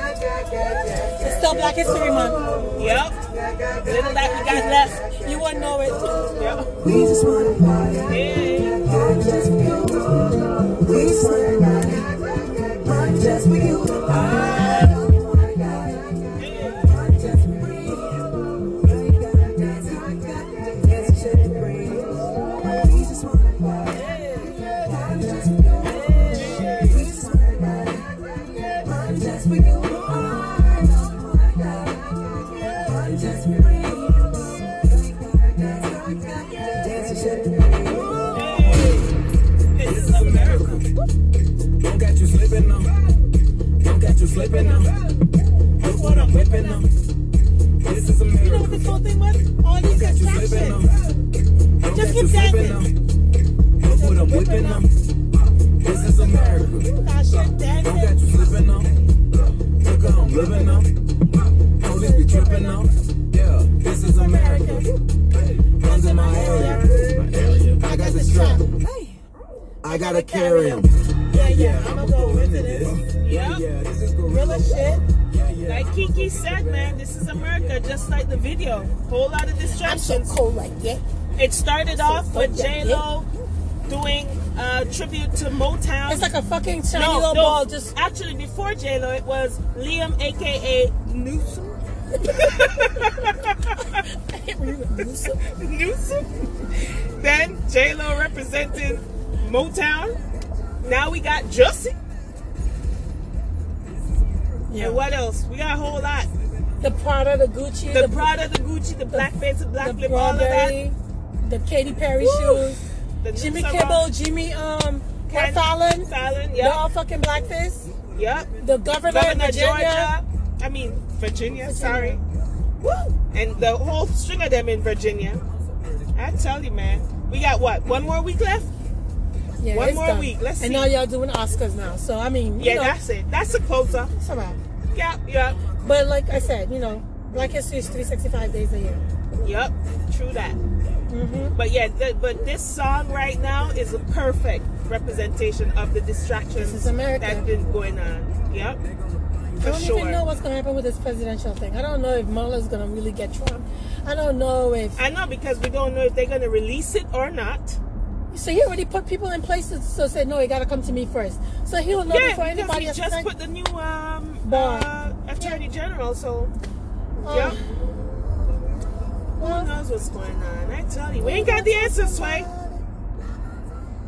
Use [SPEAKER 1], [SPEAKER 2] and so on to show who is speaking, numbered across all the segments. [SPEAKER 1] It's still Black History Month. Yep. Little that you guys left. You wouldn't know it. Yep.
[SPEAKER 2] We just wanna party.
[SPEAKER 1] Hey.
[SPEAKER 2] Party just for you. We just wanna party. Party just for you. I don't wanna die. Party just for you. You ain't gotta dance, I got to dance, shut it free. We just wanna party. Party just for you. We just wanna party. Party just for you. I don't wanna die. Party just for you. You ain't gotta dance, I got to dance, shut it free.
[SPEAKER 1] This is America.
[SPEAKER 3] Don't catch you slipping now. Don't catch you slipping now. Look what I'm whipping now. This is
[SPEAKER 1] You know what
[SPEAKER 3] America.
[SPEAKER 1] this whole thing was? All these
[SPEAKER 3] Catch you slipping
[SPEAKER 1] distractions.
[SPEAKER 3] now. Don't
[SPEAKER 1] Just
[SPEAKER 3] catch
[SPEAKER 1] keep
[SPEAKER 3] you slipping
[SPEAKER 1] dancing.
[SPEAKER 3] now. Look what I'm whipping now. This is America.
[SPEAKER 1] That shit
[SPEAKER 3] Don't catch
[SPEAKER 1] dancing.
[SPEAKER 3] you slipping now. Look how I'm living now. Police be tripping now. Yeah, this is America. Guns in my area. I got the strap. I gotta carry 'em.
[SPEAKER 1] Yeah, yeah, I'ma go into this.
[SPEAKER 3] Yeah,
[SPEAKER 1] Yep.
[SPEAKER 3] yeah, this is gorilla.
[SPEAKER 1] Real as shit.
[SPEAKER 3] Yeah, yeah.
[SPEAKER 1] Like Kiki said, man, this is America, just like the video. Whole lot of
[SPEAKER 4] I'm so
[SPEAKER 1] distractions.
[SPEAKER 4] cold like that.
[SPEAKER 1] It started off with J
[SPEAKER 4] yeah,
[SPEAKER 1] Lo doing a tribute to Motown.
[SPEAKER 4] It's like a fucking shiny
[SPEAKER 1] no,
[SPEAKER 4] little
[SPEAKER 1] no,
[SPEAKER 4] ball. Just
[SPEAKER 1] actually before J Lo, it was Liam, aka Newsom. Newsom. then J Lo representing Motown. Now we got Jussie. And what else? We got a whole lot.
[SPEAKER 4] the Prada, the Gucci,
[SPEAKER 1] The Prada, the Gucci, the black face, the
[SPEAKER 4] the
[SPEAKER 1] black lip, all of that.
[SPEAKER 4] Burberry, the Katy Perry
[SPEAKER 1] Woo.
[SPEAKER 4] shoes,
[SPEAKER 1] The
[SPEAKER 4] Jimmy
[SPEAKER 1] Nipsey
[SPEAKER 4] Kimmel,
[SPEAKER 1] Hussle,
[SPEAKER 4] Jimmy um, Cat
[SPEAKER 1] Ken
[SPEAKER 4] Fallon,
[SPEAKER 1] Fallon,
[SPEAKER 4] they're
[SPEAKER 1] yep,
[SPEAKER 4] all fucking blackface.
[SPEAKER 1] yep.
[SPEAKER 4] The governor,
[SPEAKER 1] Governor
[SPEAKER 4] of Virginia,
[SPEAKER 1] Georgia. I mean Virginia, Sorry. Woo! And the whole string of them in Virginia. I tell you, man. We got what? One more week left?
[SPEAKER 4] Yeah,
[SPEAKER 1] One
[SPEAKER 4] it's
[SPEAKER 1] more
[SPEAKER 4] done.
[SPEAKER 1] week, let's
[SPEAKER 4] and
[SPEAKER 1] see.
[SPEAKER 4] now y'all doing Oscars now. So I mean, you
[SPEAKER 1] Yeah,
[SPEAKER 4] know,
[SPEAKER 1] that's it. That's a closer.
[SPEAKER 4] it's alright.
[SPEAKER 1] Yep, yep,
[SPEAKER 4] But like I said, you know, Black History is 365 days a year.
[SPEAKER 1] yep. True that.
[SPEAKER 4] Mm-hmm.
[SPEAKER 1] But yeah, th- but this song right now is a perfect representation of the distractions
[SPEAKER 4] This is America.
[SPEAKER 1] that's been going on. Yep. For
[SPEAKER 4] I don't
[SPEAKER 1] sure.
[SPEAKER 4] even know what's gonna happen with this presidential thing. I don't know if Mueller's gonna really get Trump. I don't know if
[SPEAKER 1] I know because we don't know if they're going to release it or not.
[SPEAKER 4] So he already put people in place to so said no, you gotta come to me first. So he'll know
[SPEAKER 1] Yeah,
[SPEAKER 4] before
[SPEAKER 1] because
[SPEAKER 4] anybody
[SPEAKER 1] he
[SPEAKER 4] else.
[SPEAKER 1] just
[SPEAKER 4] like,
[SPEAKER 1] put the new um,
[SPEAKER 4] Bar.
[SPEAKER 1] uh, attorney general, so
[SPEAKER 4] oh,
[SPEAKER 1] yeah, who
[SPEAKER 4] well,
[SPEAKER 1] knows what's going on? I tell you, we ain't got the answers, Sway.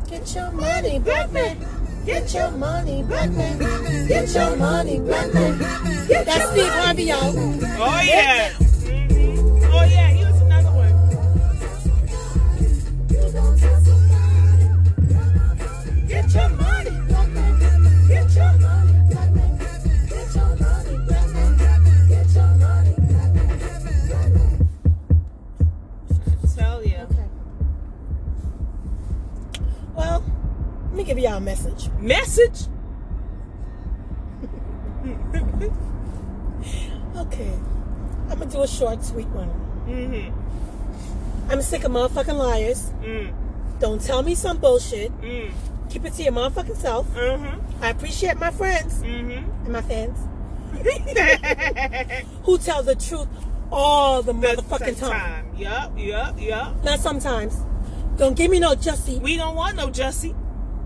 [SPEAKER 4] get your money, black man. Get
[SPEAKER 1] Get
[SPEAKER 4] your money, black man. Get your money, black man. That's Steve Harvey, y'all.
[SPEAKER 1] Oh yeah, Mhm. oh yeah, he was another one.
[SPEAKER 4] Get your money, black man. Get your money, black man. Get your money, black man. Get your money, black man.
[SPEAKER 1] Tell you,
[SPEAKER 4] Okay. Well, let me give y'all a message.
[SPEAKER 1] message.
[SPEAKER 4] Okay. I'm gonna do a short, sweet one.
[SPEAKER 1] Mhm.
[SPEAKER 4] I'm sick of motherfucking liars.
[SPEAKER 1] Mm.
[SPEAKER 4] Don't tell me some bullshit.
[SPEAKER 1] Mm.
[SPEAKER 4] Keep it to your motherfucking self.
[SPEAKER 1] Mhm.
[SPEAKER 4] I appreciate my friends
[SPEAKER 1] Mhm.
[SPEAKER 4] and my fans who tell the truth all the motherfucking time.
[SPEAKER 1] time. Yup. Yup. Yup.
[SPEAKER 4] Not sometimes. Don't give me no Jussie.
[SPEAKER 1] We don't want no Jussie.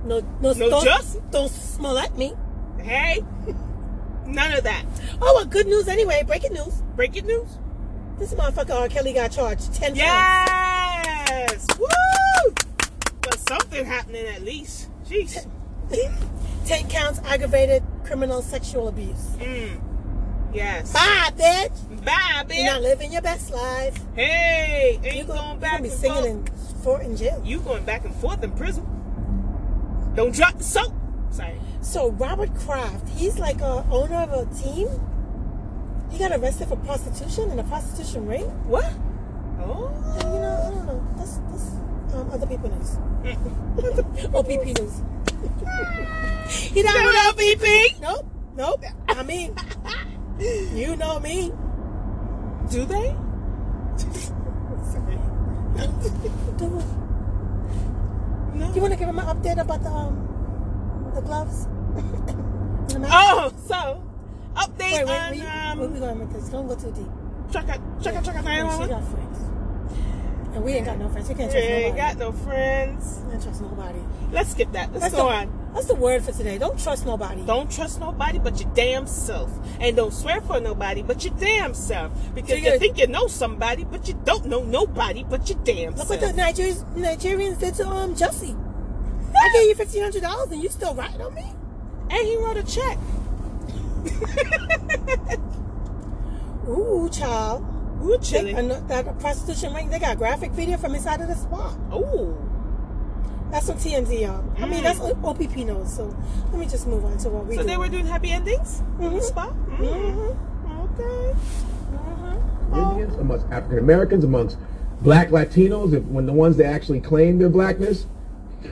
[SPEAKER 4] No, no,
[SPEAKER 1] No
[SPEAKER 4] don't,
[SPEAKER 1] Jussie?
[SPEAKER 4] Don't smell at me.
[SPEAKER 1] Hey, none of that.
[SPEAKER 4] Oh, well, good news anyway. Breaking news.
[SPEAKER 1] Breaking news.
[SPEAKER 4] This motherfucker R. Kelly got charged 10 times.
[SPEAKER 1] Yes! Woo! But something happening at least. Jeez.
[SPEAKER 4] 10 counts aggravated criminal sexual abuse.
[SPEAKER 1] Mm. Yes.
[SPEAKER 4] Bye, bitch.
[SPEAKER 1] Bye,
[SPEAKER 4] You're not
[SPEAKER 1] bitch.
[SPEAKER 4] living your best life.
[SPEAKER 1] Hey, ain't
[SPEAKER 4] You're
[SPEAKER 1] going,
[SPEAKER 4] gonna,
[SPEAKER 1] back
[SPEAKER 4] be
[SPEAKER 1] and
[SPEAKER 4] singing
[SPEAKER 1] forth.
[SPEAKER 4] in for in jail.
[SPEAKER 1] You going back and forth in prison? Don't drop the soap. Sorry.
[SPEAKER 4] So Robert Kraft, he's like a owner of a team. He got arrested for prostitution in a prostitution ring.
[SPEAKER 1] What?
[SPEAKER 4] And,
[SPEAKER 1] Oh.
[SPEAKER 4] you know, I don't know. That's that's um, other people news. OPP news. he not
[SPEAKER 1] Shout
[SPEAKER 4] with
[SPEAKER 1] out, BP.
[SPEAKER 4] Nope, nope. I mean, you know me.
[SPEAKER 1] Do they?
[SPEAKER 4] Do
[SPEAKER 1] No.
[SPEAKER 4] you want to give him an update about the um the gloves?
[SPEAKER 1] Oh, so update
[SPEAKER 4] Wait, wait,
[SPEAKER 1] on
[SPEAKER 4] we, where
[SPEAKER 1] um
[SPEAKER 4] we going with this? Don't go too deep.
[SPEAKER 1] Chaka Chaka Chaka
[SPEAKER 4] And she
[SPEAKER 1] 911.
[SPEAKER 4] got friends. And we ain't got no friends. We can't
[SPEAKER 1] Yeah,
[SPEAKER 4] trust nobody.
[SPEAKER 1] ain't got no friends.
[SPEAKER 4] can't trust nobody.
[SPEAKER 1] Let's skip that. Let's
[SPEAKER 4] That's
[SPEAKER 1] go
[SPEAKER 4] the,
[SPEAKER 1] on.
[SPEAKER 4] That's the word for today. Don't trust nobody.
[SPEAKER 1] Don't trust nobody but your damn self, and don't swear for nobody but your damn self, because you
[SPEAKER 4] Jigga.
[SPEAKER 1] think you know somebody but you don't know nobody but your damn
[SPEAKER 4] Look
[SPEAKER 1] self.
[SPEAKER 4] what the Nigerians, Nigerians did to um Chelsea. I gave you fifteen hundred dollars and you still riding on me.
[SPEAKER 1] and he wrote a check.
[SPEAKER 4] Ooh, child.
[SPEAKER 1] Ooh,
[SPEAKER 4] They,
[SPEAKER 1] chilling.
[SPEAKER 4] and that prostitution ring. They got graphic video from inside of the spa.
[SPEAKER 1] Ooh.
[SPEAKER 4] That's what TMZ y'all. I mean, that's what OPP knows. So let me just move on to what we
[SPEAKER 1] Mm. So
[SPEAKER 4] do.
[SPEAKER 1] they were doing happy endings.
[SPEAKER 4] Mhm.
[SPEAKER 1] Spa. Mm-hmm. Okay.
[SPEAKER 5] Indians, amongst African Americans, amongst black Latinos, if, when the ones that actually claim their blackness.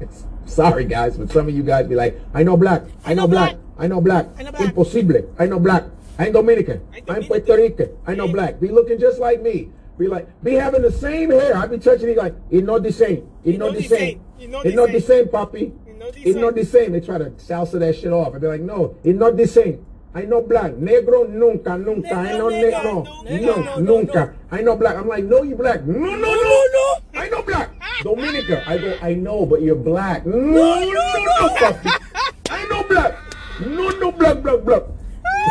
[SPEAKER 5] it's, sorry, guys, but some of you guys be like, I know black, I know black, I know black,
[SPEAKER 4] I know black."
[SPEAKER 5] imposible, I know black, I'm Dominican,
[SPEAKER 1] I'm
[SPEAKER 5] I'm
[SPEAKER 1] Dominican.
[SPEAKER 5] Puerto Rican, I know
[SPEAKER 1] Yeah.
[SPEAKER 5] black, be looking just like me. Be like, be having the same hair. I be touching it like, it not the same. It not the same.
[SPEAKER 1] It not
[SPEAKER 5] It
[SPEAKER 1] the
[SPEAKER 5] not the
[SPEAKER 1] same.
[SPEAKER 5] same, papi.
[SPEAKER 1] It not the
[SPEAKER 5] It
[SPEAKER 1] same.
[SPEAKER 5] not the same. They try to salsa that shit off. I be like, no, it not the same. I know black. Negro nunca, nunca. I know
[SPEAKER 1] Negro,
[SPEAKER 5] negro.
[SPEAKER 1] nigga,
[SPEAKER 5] No,
[SPEAKER 1] no,
[SPEAKER 4] no,
[SPEAKER 5] nunca. I know black. I'm like, no, you black. No, no, no, no. I know black. Dominica. I go, I know, but you're black. No, no, no, puppy. I know black. No, no, black, black, black.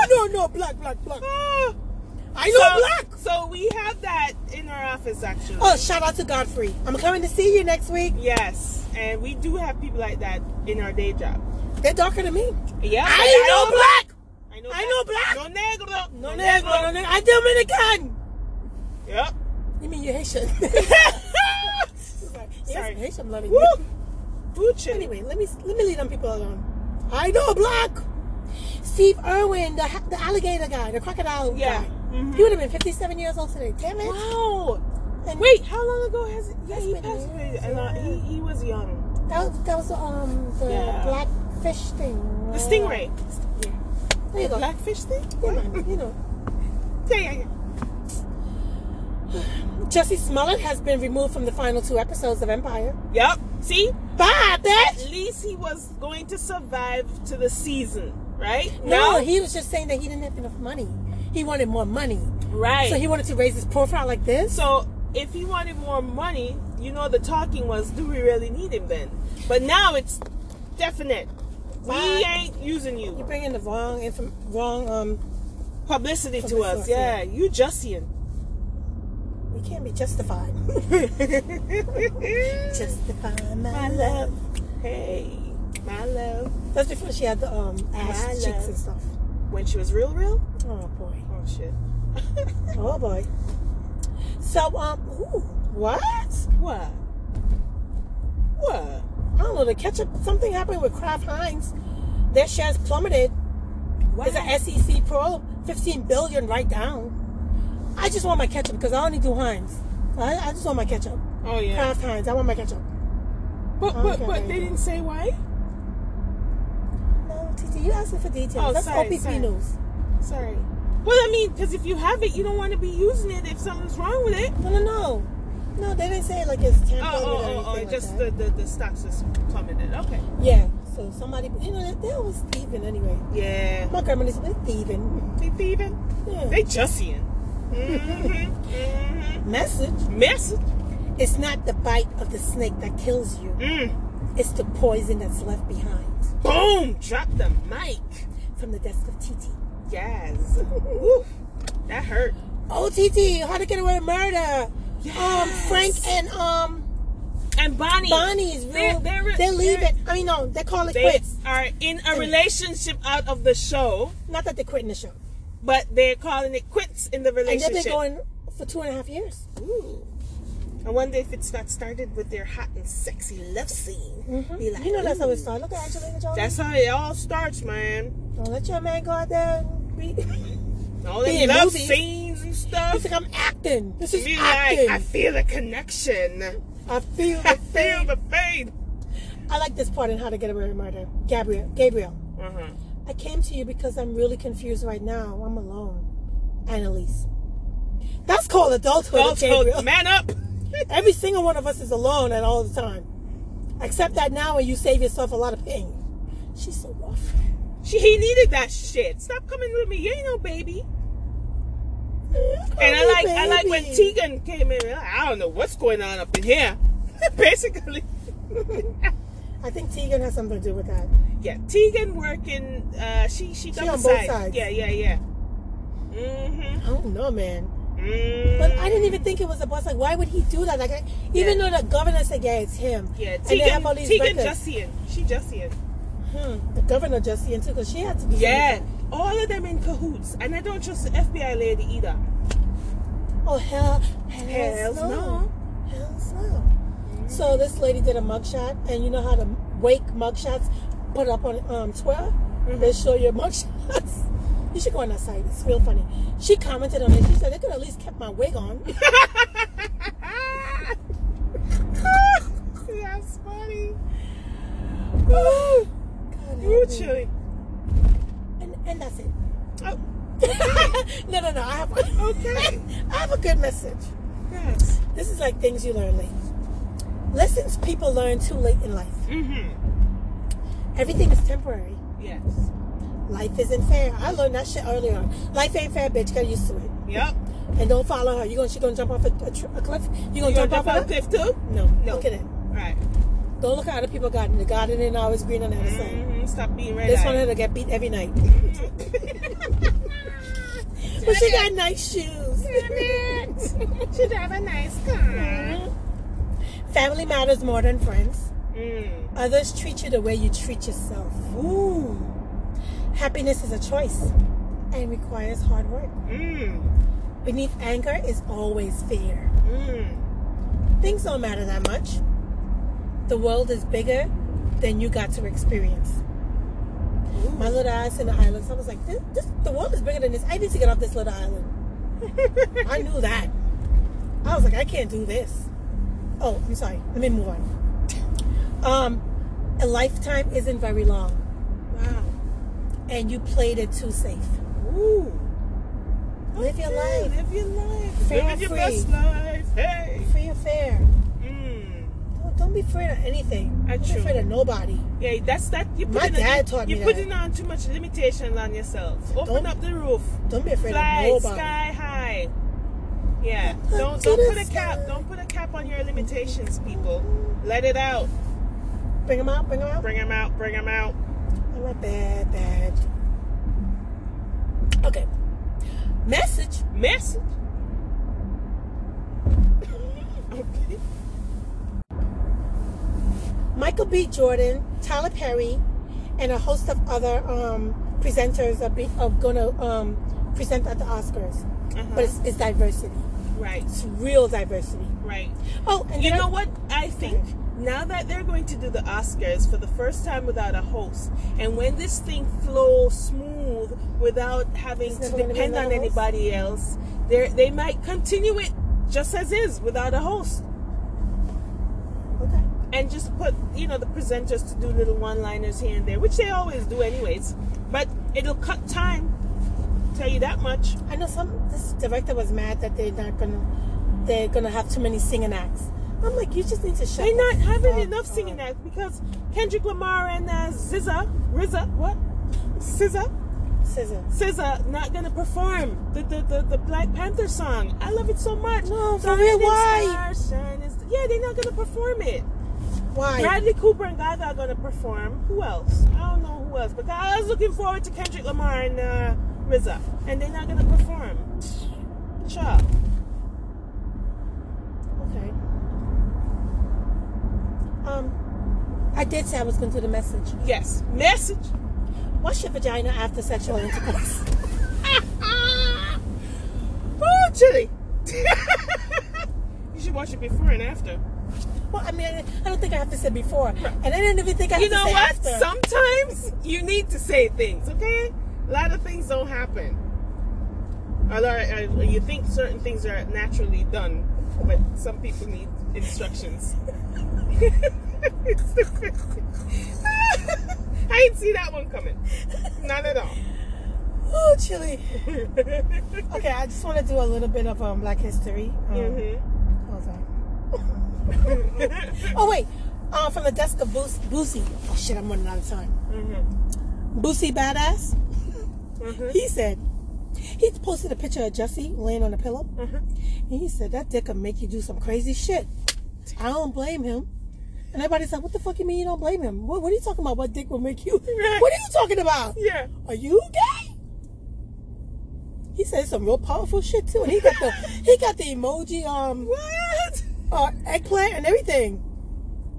[SPEAKER 4] no, no, black, black, black.
[SPEAKER 1] Ah.
[SPEAKER 4] I know black.
[SPEAKER 1] So we have that in our office actually.
[SPEAKER 4] Oh, shout out to Godfrey. I'm coming to see you next week.
[SPEAKER 1] Yes, and we do have people like that in our day job.
[SPEAKER 4] They're darker than me.
[SPEAKER 1] Yeah,
[SPEAKER 4] I know black.
[SPEAKER 1] I know,
[SPEAKER 4] I know black.
[SPEAKER 1] No negro.
[SPEAKER 4] No negro, no negro. I Dominican.
[SPEAKER 1] Yep.
[SPEAKER 4] You mean you're Haitian?
[SPEAKER 1] Sorry.
[SPEAKER 4] Sorry, Haitian loving.
[SPEAKER 1] Woo.
[SPEAKER 4] you.
[SPEAKER 1] Bucci.
[SPEAKER 4] Anyway, let me let me leave them people alone. I know black. Steve Irwin, the ha- the alligator guy, the crocodile
[SPEAKER 1] Yeah.
[SPEAKER 4] guy.
[SPEAKER 1] Mhm.
[SPEAKER 4] He would have been 57 years old today. Damn it.
[SPEAKER 1] Wow.
[SPEAKER 4] And
[SPEAKER 1] Wait, how long ago has? Yeah,
[SPEAKER 4] That's
[SPEAKER 1] he
[SPEAKER 4] been
[SPEAKER 1] passed away.
[SPEAKER 4] years,
[SPEAKER 1] a lot.
[SPEAKER 4] yeah.
[SPEAKER 1] He he was young.
[SPEAKER 4] That was, that was um the
[SPEAKER 1] Yeah.
[SPEAKER 4] black fish thing.
[SPEAKER 1] The stingray.
[SPEAKER 4] Oh, Yeah. There you go.
[SPEAKER 1] Blackfish thing.
[SPEAKER 4] Yeah, man, you know.
[SPEAKER 1] Yeah, yeah, yeah.
[SPEAKER 4] Jesse Smollett has been removed from the final two episodes of Empire.
[SPEAKER 1] Yep. See,
[SPEAKER 4] Bye,
[SPEAKER 1] at
[SPEAKER 4] bitch.
[SPEAKER 1] least he was going to survive to the season, right?
[SPEAKER 4] No, he was just saying that he didn't have enough money. He wanted more money.
[SPEAKER 1] right.
[SPEAKER 4] So he wanted to raise his profile like this.
[SPEAKER 1] So if he wanted more money, you know, the talking was, do we really need him then? But now it's definite. We
[SPEAKER 4] Right.
[SPEAKER 1] ain't using you.
[SPEAKER 4] You're bringing the wrong inform- wrong um.
[SPEAKER 1] Publicity to
[SPEAKER 4] Publicity.
[SPEAKER 1] us. Yeah, you Jussian.
[SPEAKER 4] We can't be justified. Justify
[SPEAKER 1] my love. Hey, my love.
[SPEAKER 4] That's before she had the um ass
[SPEAKER 1] My
[SPEAKER 4] cheeks
[SPEAKER 1] love.
[SPEAKER 4] and stuff.
[SPEAKER 1] When she was real, real?
[SPEAKER 4] Oh boy.
[SPEAKER 1] Oh, shit.
[SPEAKER 4] Oh boy. So um, ooh, what?
[SPEAKER 1] What? What?
[SPEAKER 4] I don't know. The ketchup. Something happened with Kraft Heinz. Their shares plummeted. There's an SEC probe. Fifteen billion right down. I just want my ketchup because I only do Heinz. I, I just want my ketchup.
[SPEAKER 1] Oh, yeah.
[SPEAKER 4] Kraft Heinz. I want my ketchup.
[SPEAKER 1] But, but, but
[SPEAKER 4] Okay.
[SPEAKER 1] they didn't say why?
[SPEAKER 4] No, TT, you asking for details.
[SPEAKER 1] Oh,
[SPEAKER 4] That's
[SPEAKER 1] sorry,
[SPEAKER 4] OPP
[SPEAKER 1] sorry.
[SPEAKER 4] news.
[SPEAKER 1] Sorry. Well, I mean, because if you have it, you don't want to be using it if something's wrong with it.
[SPEAKER 4] No, no, no. No, they didn't say like it's
[SPEAKER 1] Oh,
[SPEAKER 4] tampered with or
[SPEAKER 1] oh, oh,
[SPEAKER 4] anything
[SPEAKER 1] oh
[SPEAKER 4] like
[SPEAKER 1] just
[SPEAKER 4] that.
[SPEAKER 1] the, the, the stocks just plummeted. Okay.
[SPEAKER 4] Yeah, so somebody, you know, they always thieving anyway.
[SPEAKER 1] Yeah.
[SPEAKER 4] My grandma used to be thieving.
[SPEAKER 1] They thieving.
[SPEAKER 4] Yeah.
[SPEAKER 1] They Jussian. Mm-hmm.
[SPEAKER 4] Message.
[SPEAKER 1] hmm Message.
[SPEAKER 4] It's not the bite of the snake that kills you.
[SPEAKER 1] Mm.
[SPEAKER 4] It's the poison that's left behind.
[SPEAKER 1] Boom. Drop the mic.
[SPEAKER 4] From the desk of TT.
[SPEAKER 1] Yes. Woo. That hurt.
[SPEAKER 4] Oh, TT, how to get away with murder. Um,
[SPEAKER 1] Yes.
[SPEAKER 4] Frank and um
[SPEAKER 1] And Bonnie.
[SPEAKER 4] Bonnie is real.
[SPEAKER 1] They're- they're-
[SPEAKER 4] they leave
[SPEAKER 1] they're-
[SPEAKER 4] it. I mean, no, they call it
[SPEAKER 1] They
[SPEAKER 4] quits.
[SPEAKER 1] are in a relationship out of the show,
[SPEAKER 4] Not that they're quitting the show.
[SPEAKER 1] but they're calling it quits in the
[SPEAKER 4] And
[SPEAKER 1] relationship.
[SPEAKER 4] they've been going for two and a half years.
[SPEAKER 1] Ooh. I wonder if it's got started with their hot and sexy love scene. Be like,
[SPEAKER 4] Mm-hmm. You know that's how
[SPEAKER 1] ooh.
[SPEAKER 4] it started. Look at Angelina Jolie.
[SPEAKER 1] That's how it all starts, man.
[SPEAKER 4] Don't let your man go out there. And be-
[SPEAKER 1] All
[SPEAKER 4] Be
[SPEAKER 1] the
[SPEAKER 4] in
[SPEAKER 1] love
[SPEAKER 4] movies.
[SPEAKER 1] scenes and
[SPEAKER 4] It's
[SPEAKER 1] stuff.
[SPEAKER 4] like I'm acting. This is
[SPEAKER 1] Be like,
[SPEAKER 4] acting.
[SPEAKER 1] I feel the connection.
[SPEAKER 4] I feel
[SPEAKER 1] I
[SPEAKER 4] the
[SPEAKER 1] feel
[SPEAKER 4] feel.
[SPEAKER 1] the faith.
[SPEAKER 4] I like this part in How to Get Away with Murder. Gabriel, Gabriel,
[SPEAKER 1] Uh-huh.
[SPEAKER 4] I came to you because I'm really confused right now. I'm alone. Annalise. That's called adulthood,
[SPEAKER 1] Well, so
[SPEAKER 4] Gabriel.
[SPEAKER 1] man up.
[SPEAKER 4] Every single one of us is alone at all the time. Except that now when you save yourself a lot of pain. She's so rough.
[SPEAKER 1] She he needed that shit. Stop coming with me. You ain't no baby. And I
[SPEAKER 4] Oh,
[SPEAKER 1] like I like when
[SPEAKER 4] baby.
[SPEAKER 1] Tegan came in. I don't know what's going on up in here. Basically,
[SPEAKER 4] I think Tegan has something to do with that.
[SPEAKER 1] yeah. Tegan working. Uh, she she
[SPEAKER 4] on
[SPEAKER 1] double
[SPEAKER 4] both
[SPEAKER 1] sides.
[SPEAKER 4] sides.
[SPEAKER 1] Yeah yeah yeah. Mhm.
[SPEAKER 4] I don't know, man.
[SPEAKER 1] Mm.
[SPEAKER 4] But I didn't even think it was the boss. Like, why would he do that? Like, I, even though the governor said, yeah, it's him.
[SPEAKER 1] Yeah,
[SPEAKER 4] and they have
[SPEAKER 1] Tegan.
[SPEAKER 4] all these
[SPEAKER 1] Tegan
[SPEAKER 4] records.
[SPEAKER 1] Justian. She Justian.
[SPEAKER 4] Hmm, the governor just seen too, because she had to be.
[SPEAKER 1] Yeah. All of them in cahoots, and I don't trust the FBI lady either.
[SPEAKER 4] Oh hell, hell,
[SPEAKER 1] Hells
[SPEAKER 4] no.
[SPEAKER 1] no.
[SPEAKER 4] Hells no. So this lady did a mugshot, and you know how to wake mugshots put up on um, Twitter. They show your mugshots. You should go on that site. It's real funny. She commented on it. She said they could at least kept my wig on.
[SPEAKER 1] That's funny. Oh,
[SPEAKER 4] God,
[SPEAKER 1] you
[SPEAKER 4] help me.
[SPEAKER 1] chilling.
[SPEAKER 4] and, and that's it.
[SPEAKER 1] Oh,
[SPEAKER 4] no, no, no. I have okay. I have a good message.
[SPEAKER 1] yes.
[SPEAKER 4] This is like things you learn late. Lessons people learn too late in life.
[SPEAKER 1] Mm-hmm.
[SPEAKER 4] Everything is temporary.
[SPEAKER 1] Yes.
[SPEAKER 4] Life isn't fair. I learned that shit earlier on. Life ain't fair, bitch. Get used to it.
[SPEAKER 1] Yep.
[SPEAKER 4] And don't follow her. You gonna she gonna jump off a, a, tr- a cliff? You gonna jump,
[SPEAKER 1] You gonna jump
[SPEAKER 4] off
[SPEAKER 1] off
[SPEAKER 4] a
[SPEAKER 1] a cliff too?
[SPEAKER 4] No,
[SPEAKER 1] No.
[SPEAKER 4] Look at it.
[SPEAKER 1] Right.
[SPEAKER 4] Don't look at other people garden. The garden ain't always green on the other side.
[SPEAKER 1] Mm-hmm. Stop being red
[SPEAKER 4] This one had to get beat every night. but she got nice shoes.
[SPEAKER 1] Should have a nice car.
[SPEAKER 4] Family matters more than friends.
[SPEAKER 1] Mm.
[SPEAKER 4] Others treat you the way you treat yourself.
[SPEAKER 1] Ooh.
[SPEAKER 4] Happiness is a choice and requires hard work.
[SPEAKER 1] Mm.
[SPEAKER 4] Beneath anger is always fear.
[SPEAKER 1] Mm.
[SPEAKER 4] Things don't matter that much. The world is bigger than you got to experience. My little ass in the islands, I was like, this, this, the world is bigger than this. I need to get off this little island. I knew that. I was like, I can't do this. Oh, I'm sorry. Let me move on. Um, a lifetime isn't very long,
[SPEAKER 1] Wow.
[SPEAKER 4] and you played it too safe.
[SPEAKER 1] Ooh.
[SPEAKER 4] Live your
[SPEAKER 1] Hey,
[SPEAKER 4] life
[SPEAKER 1] Live your life.
[SPEAKER 4] Fair
[SPEAKER 1] Live your
[SPEAKER 4] free.
[SPEAKER 1] best life. Hey.
[SPEAKER 4] free and fair.
[SPEAKER 1] Mm.
[SPEAKER 4] Don't, don't be afraid of anything.
[SPEAKER 1] That's
[SPEAKER 4] don't be
[SPEAKER 1] true.
[SPEAKER 4] afraid of nobody.
[SPEAKER 1] Yeah, that's that. You
[SPEAKER 4] My
[SPEAKER 1] putting
[SPEAKER 4] dad
[SPEAKER 1] on,
[SPEAKER 4] taught me
[SPEAKER 1] You're
[SPEAKER 4] that.
[SPEAKER 1] putting on too much limitation on yourself. Open
[SPEAKER 4] Don't-
[SPEAKER 1] up the roof.
[SPEAKER 4] Don't be afraid
[SPEAKER 1] Fly
[SPEAKER 4] of nobody.
[SPEAKER 1] sky high. Yeah.
[SPEAKER 4] Up
[SPEAKER 1] Don't
[SPEAKER 4] to
[SPEAKER 1] don't
[SPEAKER 4] the
[SPEAKER 1] put a cap.
[SPEAKER 4] sky.
[SPEAKER 1] Don't put a cap on your limitations, people. Let it out.
[SPEAKER 4] Bring them out. Bring them out.
[SPEAKER 1] Bring them out. Bring them out.
[SPEAKER 4] I'm a bad, bad. Okay. Message.
[SPEAKER 1] Message. okay.
[SPEAKER 4] Michael B. Jordan, Tyler Perry, and a host of other um, presenters are, be, are gonna um, present at the Oscars.
[SPEAKER 1] Uh-huh.
[SPEAKER 4] But it's, it's diversity.
[SPEAKER 1] Right.
[SPEAKER 4] It's real diversity.
[SPEAKER 1] Right.
[SPEAKER 4] Oh, and
[SPEAKER 1] You
[SPEAKER 4] did I-
[SPEAKER 1] know what? I think now that they're going to do the Oscars for the first time without a host, and when this thing flows smooth without having
[SPEAKER 4] It's
[SPEAKER 1] to
[SPEAKER 4] never gonna be
[SPEAKER 1] depend on
[SPEAKER 4] another host?
[SPEAKER 1] anybody else, they they might continue it just as is without a host,
[SPEAKER 4] Okay.
[SPEAKER 1] and just put you know the presenters to do little one-liners here and there, which they always do anyways. But it'll cut time. Tell you that much.
[SPEAKER 4] I know some. This director was mad that they're not gonna. They're gonna have too many singing acts. I'm like, you just need to shut.
[SPEAKER 1] They're
[SPEAKER 4] the
[SPEAKER 1] not having
[SPEAKER 4] fuck
[SPEAKER 1] enough singing
[SPEAKER 4] up.
[SPEAKER 1] acts because Kendrick Lamar and uh, SZA, RZA, what? SZA.
[SPEAKER 4] Scissor.
[SPEAKER 1] SZA not gonna perform the the, the the Black Panther song. I love it so much.
[SPEAKER 4] No, for
[SPEAKER 1] Shining
[SPEAKER 4] real, why?
[SPEAKER 1] stars, shining st- yeah, they're not gonna perform it.
[SPEAKER 4] Why?
[SPEAKER 1] Bradley Cooper and Gaga are gonna perform. Who else? I don't know who else. But I was looking forward to Kendrick Lamar and uh, RZA, and they're not gonna perform. Chuck.
[SPEAKER 4] Okay. Um, I did say I was going to do the message.
[SPEAKER 1] Yes. Message.
[SPEAKER 4] Wash your vagina after sexual intercourse.
[SPEAKER 1] Ah! Oh, chili. you should watch it before and after.
[SPEAKER 4] well, I mean, I I don't think I have to say before, and I didn't even think I had
[SPEAKER 1] you
[SPEAKER 4] to
[SPEAKER 1] know
[SPEAKER 4] say
[SPEAKER 1] what?
[SPEAKER 4] after.
[SPEAKER 1] Sometimes you need to say things, okay? A lot of things don't happen. Although uh, uh, you think certain things are naturally done, but some people need instructions. It's the- I didn't see that one coming. Not at all.
[SPEAKER 4] oh, chilly. okay, I just want to do a little bit of um, Black history. Um,
[SPEAKER 1] hmm
[SPEAKER 4] Hold on. oh wait, uh, from the desk of Boosie. Boosie. Oh, shit, I'm running out of time. Boosie Badass. He said, he posted a picture of Jesse laying on a pillow. And he said, that dick could make you do some crazy shit. I don't blame him. And everybody's like, what the fuck you mean you don't blame him? What, what are you talking about? What dick will make you?
[SPEAKER 1] Right.
[SPEAKER 4] What are you talking about?
[SPEAKER 1] Yeah.
[SPEAKER 4] Are you gay? He said some real powerful shit too, and he got the he got the emoji um what uh, eggplant and everything.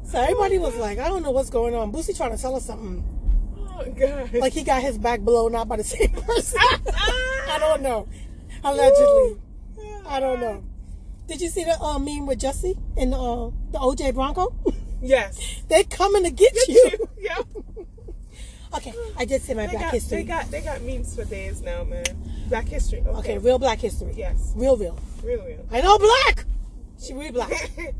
[SPEAKER 4] So everybody was like, I don't know what's going on. Boosie trying to tell us something.
[SPEAKER 1] Oh God.
[SPEAKER 4] Like he got his back blown out by the same person. I don't know. Allegedly, I don't know. Did you see the uh, meme with Jesse and uh, the OJ Bronco?
[SPEAKER 1] Yes.
[SPEAKER 4] they coming to get, you.
[SPEAKER 1] yep.
[SPEAKER 4] Okay, I did say my
[SPEAKER 1] They
[SPEAKER 4] black
[SPEAKER 1] got,
[SPEAKER 4] history.
[SPEAKER 1] they got they got memes for days now, man. Black history. Okay.
[SPEAKER 4] okay, real black history.
[SPEAKER 1] Yes.
[SPEAKER 4] Real, real.
[SPEAKER 1] Real real.
[SPEAKER 4] I know black. She really black.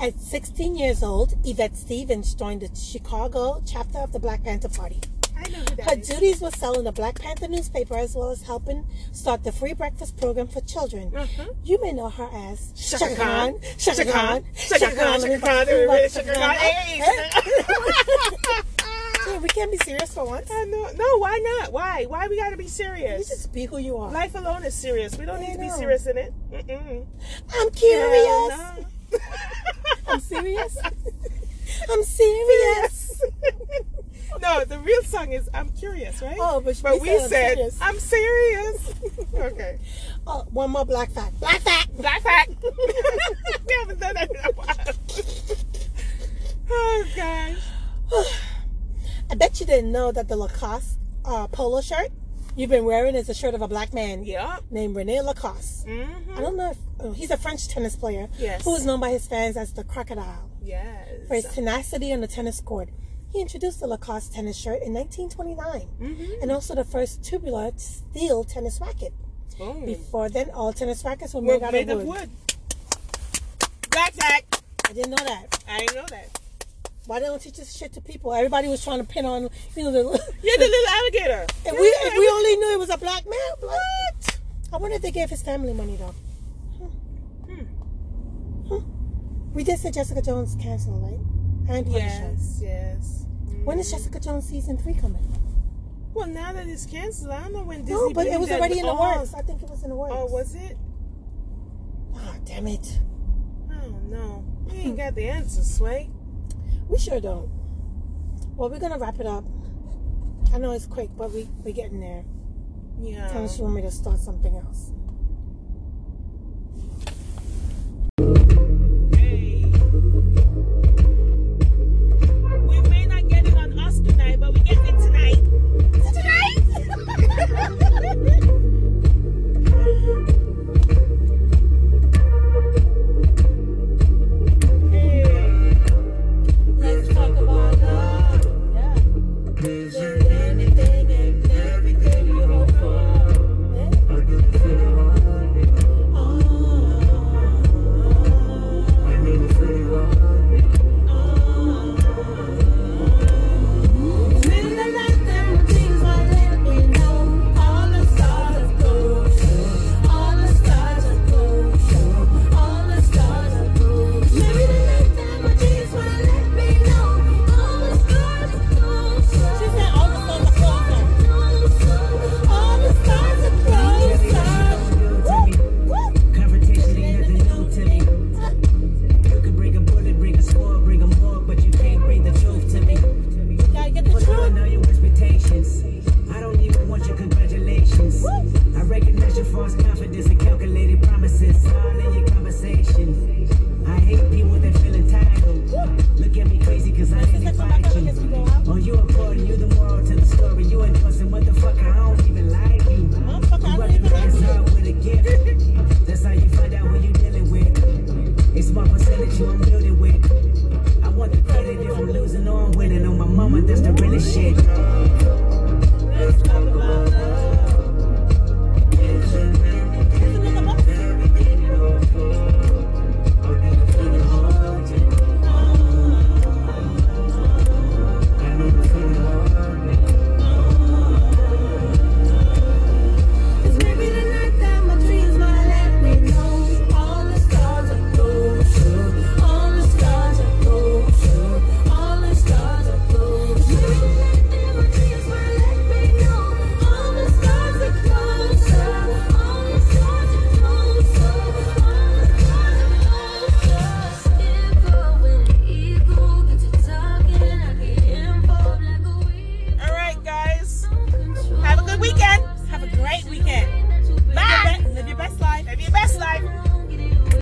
[SPEAKER 4] At 16 years old, Yvette Stevens joined the Chicago chapter of the Black Panther Party.
[SPEAKER 1] I know who
[SPEAKER 4] Her
[SPEAKER 1] that is.
[SPEAKER 4] duties were selling the Black Panther newspaper as well as helping start the free breakfast program for children.
[SPEAKER 1] Mm-hmm.
[SPEAKER 4] You may know her as Shaka Khan, Shaka Khan,
[SPEAKER 1] Shaka Khan, Shaka Khan, everybody, Shaka Khan. Hey,
[SPEAKER 4] Hey, We can't be serious for once.
[SPEAKER 1] I know. Uh, No, why not? Why? Why we gotta be
[SPEAKER 4] You
[SPEAKER 1] serious?
[SPEAKER 4] just be who you are.
[SPEAKER 1] Life alone is serious. We don't need to be
[SPEAKER 4] know.
[SPEAKER 1] serious in it. Mm-mm.
[SPEAKER 4] I'm curious.
[SPEAKER 1] Hell
[SPEAKER 4] I'm serious. I'm serious.
[SPEAKER 1] no. No, the real song is "I'm Curious," right?
[SPEAKER 4] Oh, but
[SPEAKER 1] but
[SPEAKER 4] we
[SPEAKER 1] we
[SPEAKER 4] said, "I'm serious."
[SPEAKER 1] said "I'm serious." okay,
[SPEAKER 4] Oh, one more black fact. Black fact.
[SPEAKER 1] black fact. we haven't done that in a while. oh gosh.
[SPEAKER 4] I bet you didn't know that the Lacoste uh, polo shirt you've been wearing is a shirt of a black man
[SPEAKER 1] Yep.
[SPEAKER 4] named Rene Lacoste.
[SPEAKER 1] Mm-hmm.
[SPEAKER 4] I don't know if oh, he's a French tennis player
[SPEAKER 1] Yes.
[SPEAKER 4] who is known by his fans as the Crocodile
[SPEAKER 1] Yes.
[SPEAKER 4] for his tenacity on the tennis court. He introduced the Lacoste tennis shirt in 1929 and also the first tubular steel tennis racket.
[SPEAKER 1] Boom.
[SPEAKER 4] Before then, all tennis rackets were
[SPEAKER 1] We're
[SPEAKER 4] made, out
[SPEAKER 1] made
[SPEAKER 4] of
[SPEAKER 1] of
[SPEAKER 4] wood.
[SPEAKER 1] wood. Black fact.
[SPEAKER 4] I didn't know that.
[SPEAKER 1] I didn't know that.
[SPEAKER 4] Why they don't teach this shit to people? Everybody was trying to pin on, you know, the
[SPEAKER 1] Yeah, the little alligator.
[SPEAKER 4] If we, if we only knew it was a black man, black. I wonder if they gave his family money though. Hmm. Hmm. We did say Jessica Jones canceled, right? And Punisher.
[SPEAKER 1] Yes, yes.
[SPEAKER 4] When is Jessica Jones season three coming?
[SPEAKER 1] Well, now that it's canceled, I don't know when Disney.
[SPEAKER 4] no, but it
[SPEAKER 1] Baby
[SPEAKER 4] was
[SPEAKER 1] Dad-
[SPEAKER 4] already in the
[SPEAKER 1] oh,
[SPEAKER 4] works. I think it was in the works.
[SPEAKER 1] Oh, was it?
[SPEAKER 4] Ah, damn it.
[SPEAKER 1] I don't know. We ain't got the answer, Sway.
[SPEAKER 4] We sure don't. Well, we're gonna wrap it up. I know it's quick, but we we're getting there.
[SPEAKER 1] Yeah.
[SPEAKER 4] Unless you want me to start something else.